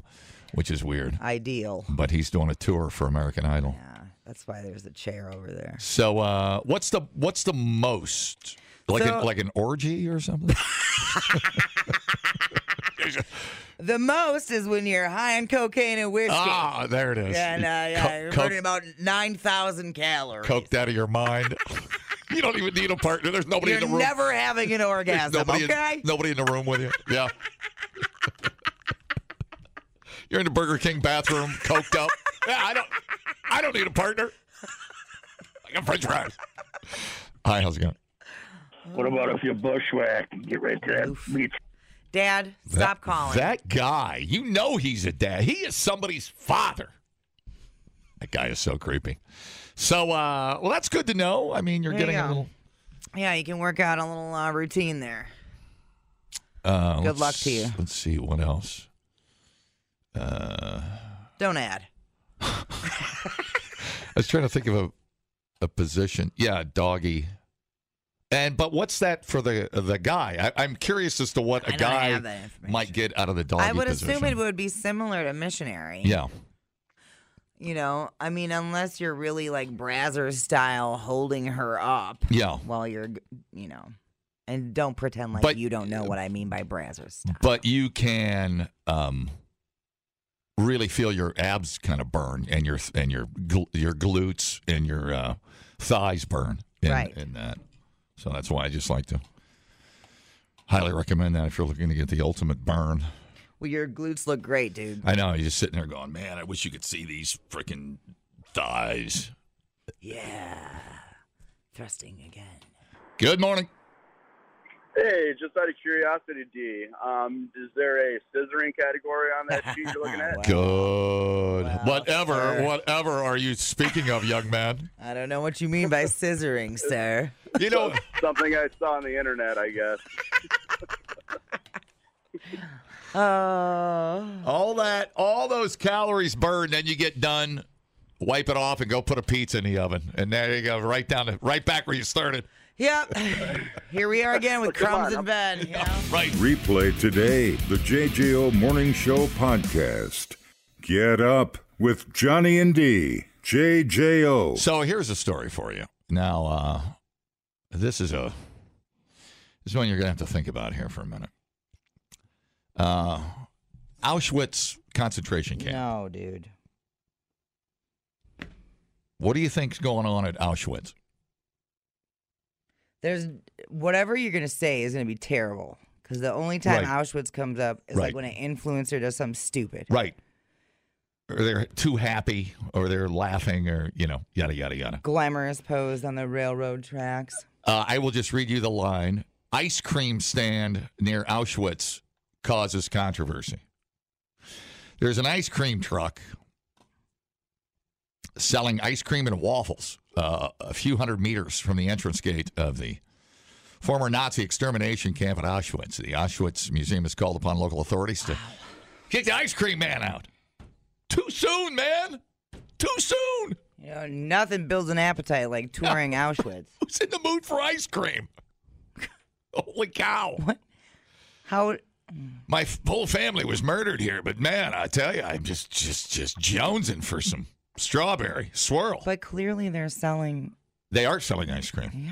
[SPEAKER 6] which is weird,
[SPEAKER 5] ideal.
[SPEAKER 6] but he's doing a tour for American Idol.
[SPEAKER 5] Yeah, that's why there's a chair over there.
[SPEAKER 6] So, uh, what's the what's the most like
[SPEAKER 5] So-
[SPEAKER 6] an, like an orgy or something?
[SPEAKER 5] The most is when you're high on cocaine and whiskey.
[SPEAKER 6] Ah, there it is.
[SPEAKER 5] Yeah, no, yeah,
[SPEAKER 6] Co-
[SPEAKER 5] you're
[SPEAKER 6] co-
[SPEAKER 5] burning about nine thousand calories.
[SPEAKER 6] coked out of your mind. you don't even need a partner. There's nobody
[SPEAKER 5] You're
[SPEAKER 6] in the room.
[SPEAKER 5] never having an
[SPEAKER 6] There's
[SPEAKER 5] orgasm,
[SPEAKER 6] nobody in-
[SPEAKER 5] okay?
[SPEAKER 6] nobody in the room with you. Yeah. You're in the Burger King bathroom, coked up. Yeah, I don't. I don't need a partner. I got French fries. Hi, how's it going?
[SPEAKER 15] What about if you bushwhack and get right to that beach?
[SPEAKER 5] Dad, stop
[SPEAKER 6] That-
[SPEAKER 5] calling.
[SPEAKER 6] That guy, you know he's a dad. He is somebody's father. That guy is so creepy. So, uh, well, that's good to know. I mean, you're
[SPEAKER 5] There you
[SPEAKER 6] getting a
[SPEAKER 5] go.
[SPEAKER 6] little.
[SPEAKER 5] yeah, you can work out a little uh, routine there.
[SPEAKER 6] Uh,
[SPEAKER 5] Good
[SPEAKER 6] let's-
[SPEAKER 5] luck to you.
[SPEAKER 6] Let's see what else. Uh,
[SPEAKER 5] Don't add.
[SPEAKER 6] I was trying to think of a a position. Yeah, doggy. And but what's that for the the guy? I, I'm curious as to what a
[SPEAKER 5] I don't have
[SPEAKER 6] guy
[SPEAKER 5] that
[SPEAKER 6] might get out of the doggy
[SPEAKER 5] I would
[SPEAKER 6] position.
[SPEAKER 5] assume it would be similar to missionary.
[SPEAKER 6] yeah.
[SPEAKER 5] You know, I mean, unless you're really like Brazzer style holding her up.
[SPEAKER 6] Yeah.
[SPEAKER 5] While you're, g- you know, and don't pretend like
[SPEAKER 6] But-
[SPEAKER 5] you don't know what I mean by Brazzer style.
[SPEAKER 6] But you can um, really feel your abs kind of burn, and your and your gl- your glutes and your uh, thighs burn. In,
[SPEAKER 5] Right.
[SPEAKER 6] In that, so that's why I just like to highly recommend that if you're looking to get the ultimate burn.
[SPEAKER 5] Well, your glutes look great, dude.
[SPEAKER 6] I know you're just sitting there going, "Man, I wish you could see these freaking thighs."
[SPEAKER 5] Yeah. Thrusting again.
[SPEAKER 6] Good morning.
[SPEAKER 18] Hey, just out of curiosity, D, um, is there a scissoring category on that sheet you're looking at?
[SPEAKER 6] Good. whatever,
[SPEAKER 5] sir.
[SPEAKER 6] whatever are you speaking of, young man?
[SPEAKER 5] I don't know what you mean by scissoring, sir.
[SPEAKER 6] You know,
[SPEAKER 18] Something I saw on the internet, I guess.
[SPEAKER 5] Uh,
[SPEAKER 6] all that, all those calories burned, then you get done, wipe it off, and go put a pizza in the oven, and there you go, right down, to, right back where you started.
[SPEAKER 5] Yep. Here we are again with
[SPEAKER 6] Come on,
[SPEAKER 5] crumbs in
[SPEAKER 6] I'm-
[SPEAKER 5] bed. You know?
[SPEAKER 1] Replay today the JJO Morning Show podcast. Get up with Johnny and D. JJO.
[SPEAKER 6] So here's a story for you. Now, uh, this is a this is one you're gonna have to think about here for a minute. Uh, Auschwitz concentration camp.
[SPEAKER 5] No, dude.
[SPEAKER 6] What do you think's going on at Auschwitz?
[SPEAKER 5] There's whatever you're gonna say is gonna be terrible because the only time
[SPEAKER 6] Right.
[SPEAKER 5] Auschwitz comes up is like
[SPEAKER 6] Right.
[SPEAKER 5] when an influencer does something stupid.
[SPEAKER 6] Right. Or they're too happy, or they're laughing, or you know, yada yada yada.
[SPEAKER 5] Glamorous pose on the railroad tracks.
[SPEAKER 6] Uh, I will just read you the line: "Ice cream stand near Auschwitz causes controversy." There's an ice cream truck selling ice cream and waffles uh, a few hundred meters from the entrance gate of the former Nazi extermination camp at Auschwitz. The Auschwitz Museum has called upon local authorities to kick the ice cream man out. Too soon, man. Too soon.
[SPEAKER 5] You know, nothing builds an appetite like touring Auschwitz.
[SPEAKER 6] Who's in the mood for ice cream? Holy cow.
[SPEAKER 5] How
[SPEAKER 6] My f- whole family was murdered here, but man, I tell you, I'm just just just jonesing for some strawberry swirl.
[SPEAKER 5] But clearly they're selling.
[SPEAKER 6] They are selling ice cream.
[SPEAKER 5] Yeah.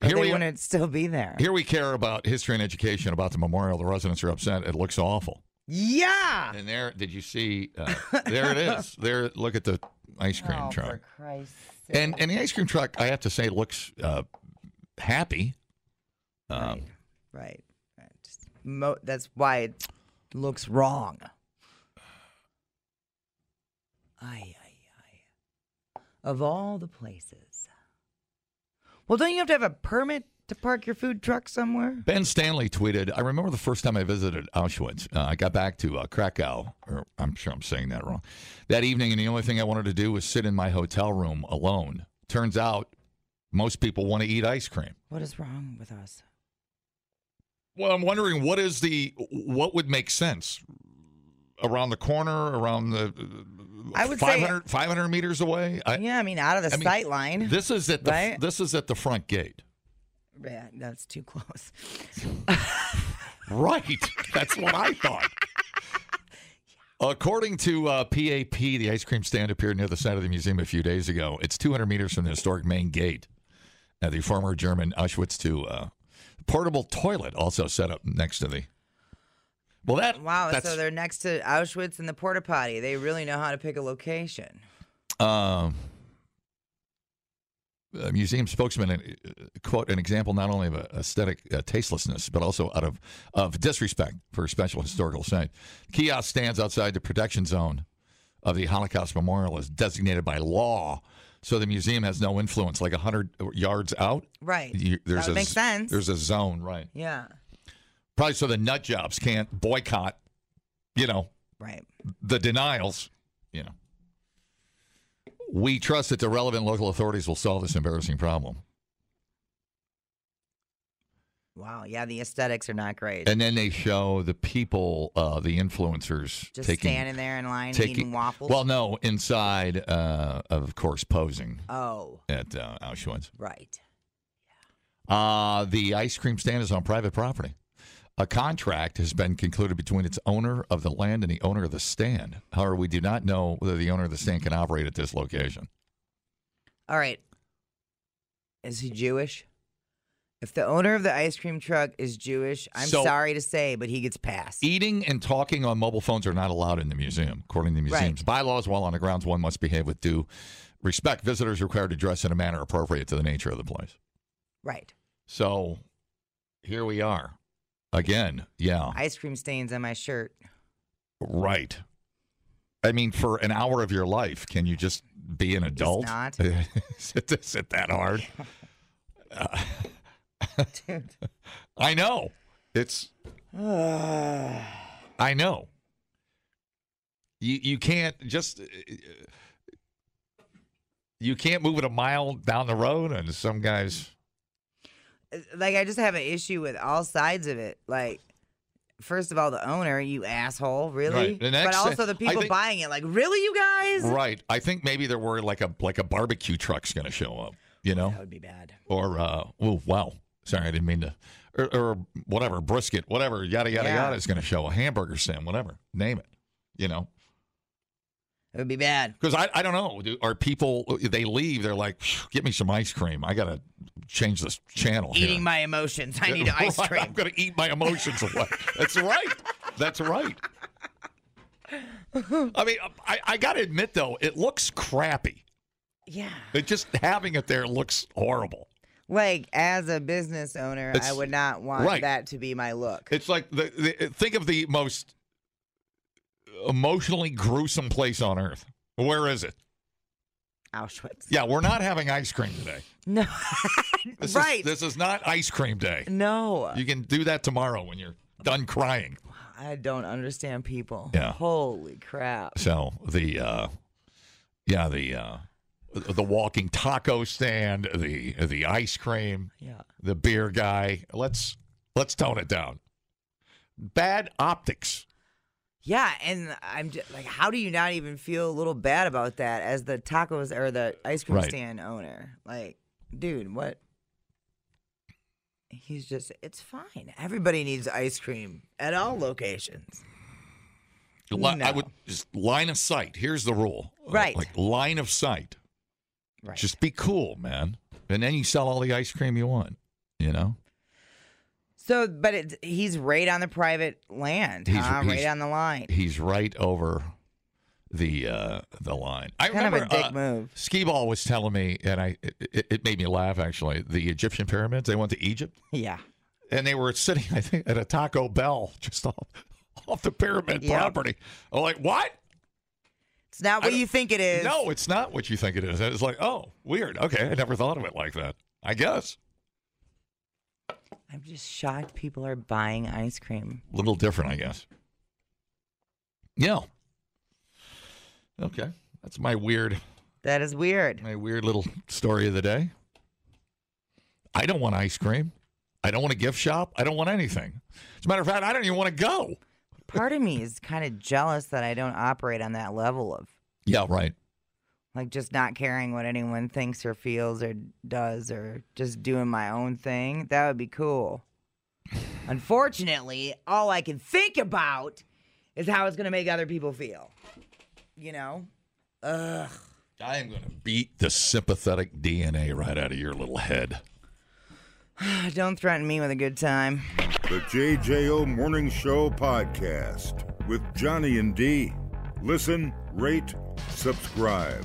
[SPEAKER 6] Here
[SPEAKER 5] Here
[SPEAKER 6] we
[SPEAKER 5] they
[SPEAKER 6] are.
[SPEAKER 5] wouldn't still be there.
[SPEAKER 6] Here we care about history and education about the memorial. The residents are upset. It looks awful.
[SPEAKER 5] Yeah.
[SPEAKER 6] And there, did you see? Uh, there it is. There, look at the ice cream
[SPEAKER 5] Oh, for
[SPEAKER 6] truck.
[SPEAKER 5] Christ's sake.
[SPEAKER 6] And and the ice cream truck, I have to say, looks uh, happy. Um,
[SPEAKER 5] Right. Right. Just Mo- that's why it looks wrong. Ay, ay, ay. Of all the places. Well, don't you have to have a permit to park your food truck somewhere?
[SPEAKER 6] Ben Stanley tweeted, I remember the first time I visited Auschwitz. Uh, I got back to uh, Krakow, or I'm sure I'm saying that wrong, that evening, and the only thing I wanted to do was sit in my hotel room alone. Turns out most people want to eat ice cream.
[SPEAKER 5] What is wrong with us?
[SPEAKER 6] Well, I'm wondering what is the, what would make sense? Around the corner, around the uh,
[SPEAKER 5] I would say-
[SPEAKER 6] 500, 500 meters away? I,
[SPEAKER 5] yeah, I mean, out of the
[SPEAKER 6] I mean,
[SPEAKER 5] sight line.
[SPEAKER 6] This is at the,
[SPEAKER 5] right?
[SPEAKER 6] this is at the front gate.
[SPEAKER 5] Yeah, that's too close.
[SPEAKER 6] Right. That's what I thought. According to uh, PAP, the ice cream stand appeared near the side of the museum a few days ago. It's 200 meters from the historic main gate. Uh, the former German Auschwitz II uh, portable toilet also set up next to the. Well, that
[SPEAKER 5] Wow,
[SPEAKER 6] That's,
[SPEAKER 5] so they're next to Auschwitz and the porta potty. They really know how to pick a location.
[SPEAKER 6] um, a museum spokesman uh, quote an example not only of a aesthetic uh, tastelessness but also out of of disrespect for a special historical site. Kiosk stands outside the protection zone of the Holocaust Memorial is designated by law, so the museum has no influence. Like hundred yards out,
[SPEAKER 5] Right.
[SPEAKER 6] you- there's
[SPEAKER 5] that would
[SPEAKER 6] a
[SPEAKER 5] make
[SPEAKER 6] z-
[SPEAKER 5] sense.
[SPEAKER 6] There's a zone, right?
[SPEAKER 5] yeah.
[SPEAKER 6] Probably so the nut jobs can't boycott, you know,
[SPEAKER 5] Right.
[SPEAKER 6] the denials, you know. We trust that the relevant local authorities will solve this embarrassing problem.
[SPEAKER 5] Wow. Yeah, the aesthetics are not great.
[SPEAKER 6] And then they show the people, uh, the influencers,
[SPEAKER 5] Just
[SPEAKER 6] taking,
[SPEAKER 5] standing there in line
[SPEAKER 6] taking-
[SPEAKER 5] eating waffles.
[SPEAKER 6] Well, no, inside, uh, of course, posing
[SPEAKER 5] oh,
[SPEAKER 6] at uh, Auschwitz.
[SPEAKER 5] right.
[SPEAKER 6] Uh, the ice cream stand is on private property. A contract has been concluded between its owner of the land and the owner of the stand. However, we do not know whether the owner of the stand can operate at this location.
[SPEAKER 5] All right. Is he Jewish? If the owner of the ice cream truck is Jewish, I'm
[SPEAKER 6] So- E
[SPEAKER 5] sorry to say, but he gets passed.
[SPEAKER 6] Eating and talking on mobile phones are not allowed in the museum, according to the
[SPEAKER 5] Right.
[SPEAKER 6] museum's bylaws. While on the grounds, one must behave with due respect. Visitors are required to dress in a manner appropriate to the nature of the place.
[SPEAKER 5] Right.
[SPEAKER 6] So here we are again. Yeah,
[SPEAKER 5] Ice cream stains on my shirt.
[SPEAKER 6] right. I mean, for an hour of your life, can you just be an adult?
[SPEAKER 5] not.
[SPEAKER 6] is, it, is it that hard? Uh, I know. It's I know. You you can't just uh, you can't move it a mile down the road and some guys
[SPEAKER 5] Uh, like I just have an issue with all sides of it. Like, first of all, the owner, you asshole, really.
[SPEAKER 6] Right. The next
[SPEAKER 5] but
[SPEAKER 6] thing-
[SPEAKER 5] also the
[SPEAKER 6] I
[SPEAKER 5] people
[SPEAKER 6] think-
[SPEAKER 5] buying it, like, really, you guys?
[SPEAKER 6] right. I think maybe they're worried like a like a barbecue truck's going to show up, you know? That would
[SPEAKER 5] be bad.
[SPEAKER 6] Or uh oh wow. Sorry, I didn't mean to or, or whatever, brisket, whatever, yada yada
[SPEAKER 5] Yeah.
[SPEAKER 6] yada is going to show a hamburger sim, whatever. Name it. You know.
[SPEAKER 5] It would be bad.
[SPEAKER 6] Because I, I don't know. Do, are people, they leave, they're like, "Phew, get me some ice cream. I got to change this channel here."
[SPEAKER 5] Eating my emotions. I need
[SPEAKER 6] Yeah,
[SPEAKER 5] ice
[SPEAKER 6] right,
[SPEAKER 5] cream.
[SPEAKER 6] I'm going to eat my emotions away. That's right. That's right. I mean, I, I got to admit, though, it looks crappy.
[SPEAKER 5] Yeah.
[SPEAKER 6] It just having it there looks horrible.
[SPEAKER 5] Like, as a business owner, I
[SPEAKER 6] It's-
[SPEAKER 5] would not want
[SPEAKER 6] right.
[SPEAKER 5] that to be my look.
[SPEAKER 6] It's like, the, the think of the most emotionally gruesome place on earth. Where is it?
[SPEAKER 5] Auschwitz.
[SPEAKER 6] Yeah, we're not having ice cream today.
[SPEAKER 5] No.
[SPEAKER 6] This
[SPEAKER 5] Right.
[SPEAKER 6] Is, this is not ice cream day.
[SPEAKER 5] No.
[SPEAKER 6] You can do that tomorrow when you're done crying.
[SPEAKER 5] I don't understand people.
[SPEAKER 6] Yeah.
[SPEAKER 5] Holy crap.
[SPEAKER 6] So the uh yeah, the uh the walking taco stand, the the ice cream,
[SPEAKER 5] Yeah.
[SPEAKER 6] the beer guy. Let's let's tone it down. Bad optics.
[SPEAKER 5] Yeah, and I'm just like, how do you not even feel a little bad about that as the tacos or the ice cream
[SPEAKER 6] Right.
[SPEAKER 5] stand owner? Like, dude, what? He's just, it's fine. Everybody needs ice cream at all locations.
[SPEAKER 6] Li- I would just line of sight. Here's the rule. Uh,
[SPEAKER 5] Right.
[SPEAKER 6] Like line of sight.
[SPEAKER 5] Right.
[SPEAKER 6] Just be cool, man. And then you sell all the ice cream you want, you know?
[SPEAKER 5] So, but it's, he's right on the private land,
[SPEAKER 6] He's-
[SPEAKER 5] huh?
[SPEAKER 6] he's-
[SPEAKER 5] right on the line.
[SPEAKER 6] He's right over the uh, the line. I
[SPEAKER 5] Kind of a
[SPEAKER 6] remember
[SPEAKER 5] dick
[SPEAKER 6] uh,
[SPEAKER 5] move.
[SPEAKER 6] Skee Ball was telling me, and I it, it made me laugh actually. The Egyptian pyramids. They went to Egypt,
[SPEAKER 5] Yeah.
[SPEAKER 6] and they were sitting, I think, at a Taco Bell just off off the pyramid
[SPEAKER 5] Yep.
[SPEAKER 6] property. I'm like, what?
[SPEAKER 5] It's not what you think it is.
[SPEAKER 6] No, it's not what you think it is. And It's like, oh, weird. Okay, I never thought of it like that. I guess
[SPEAKER 5] I'm just shocked people are buying ice cream.
[SPEAKER 6] a little different. I guess. Yeah. Okay, that's my weird.
[SPEAKER 5] That is weird.
[SPEAKER 6] My weird little story of the day. I don't want ice cream. I don't want a gift shop. I don't want anything. As a matter of fact, I don't even want to go.
[SPEAKER 5] Part of me is kind of jealous that I don't operate on that level of
[SPEAKER 6] Yeah, right.
[SPEAKER 5] like just not caring what anyone thinks or feels or does or just doing my own thing that would be cool unfortunately all i can think about is how it's going to make other people feel you know ugh
[SPEAKER 6] I am going to beat the sympathetic DNA right out of your little head.
[SPEAKER 5] don't threaten me with a good time
[SPEAKER 1] The JJO Morning Show podcast with Johnny and D. Listen, rate, subscribe.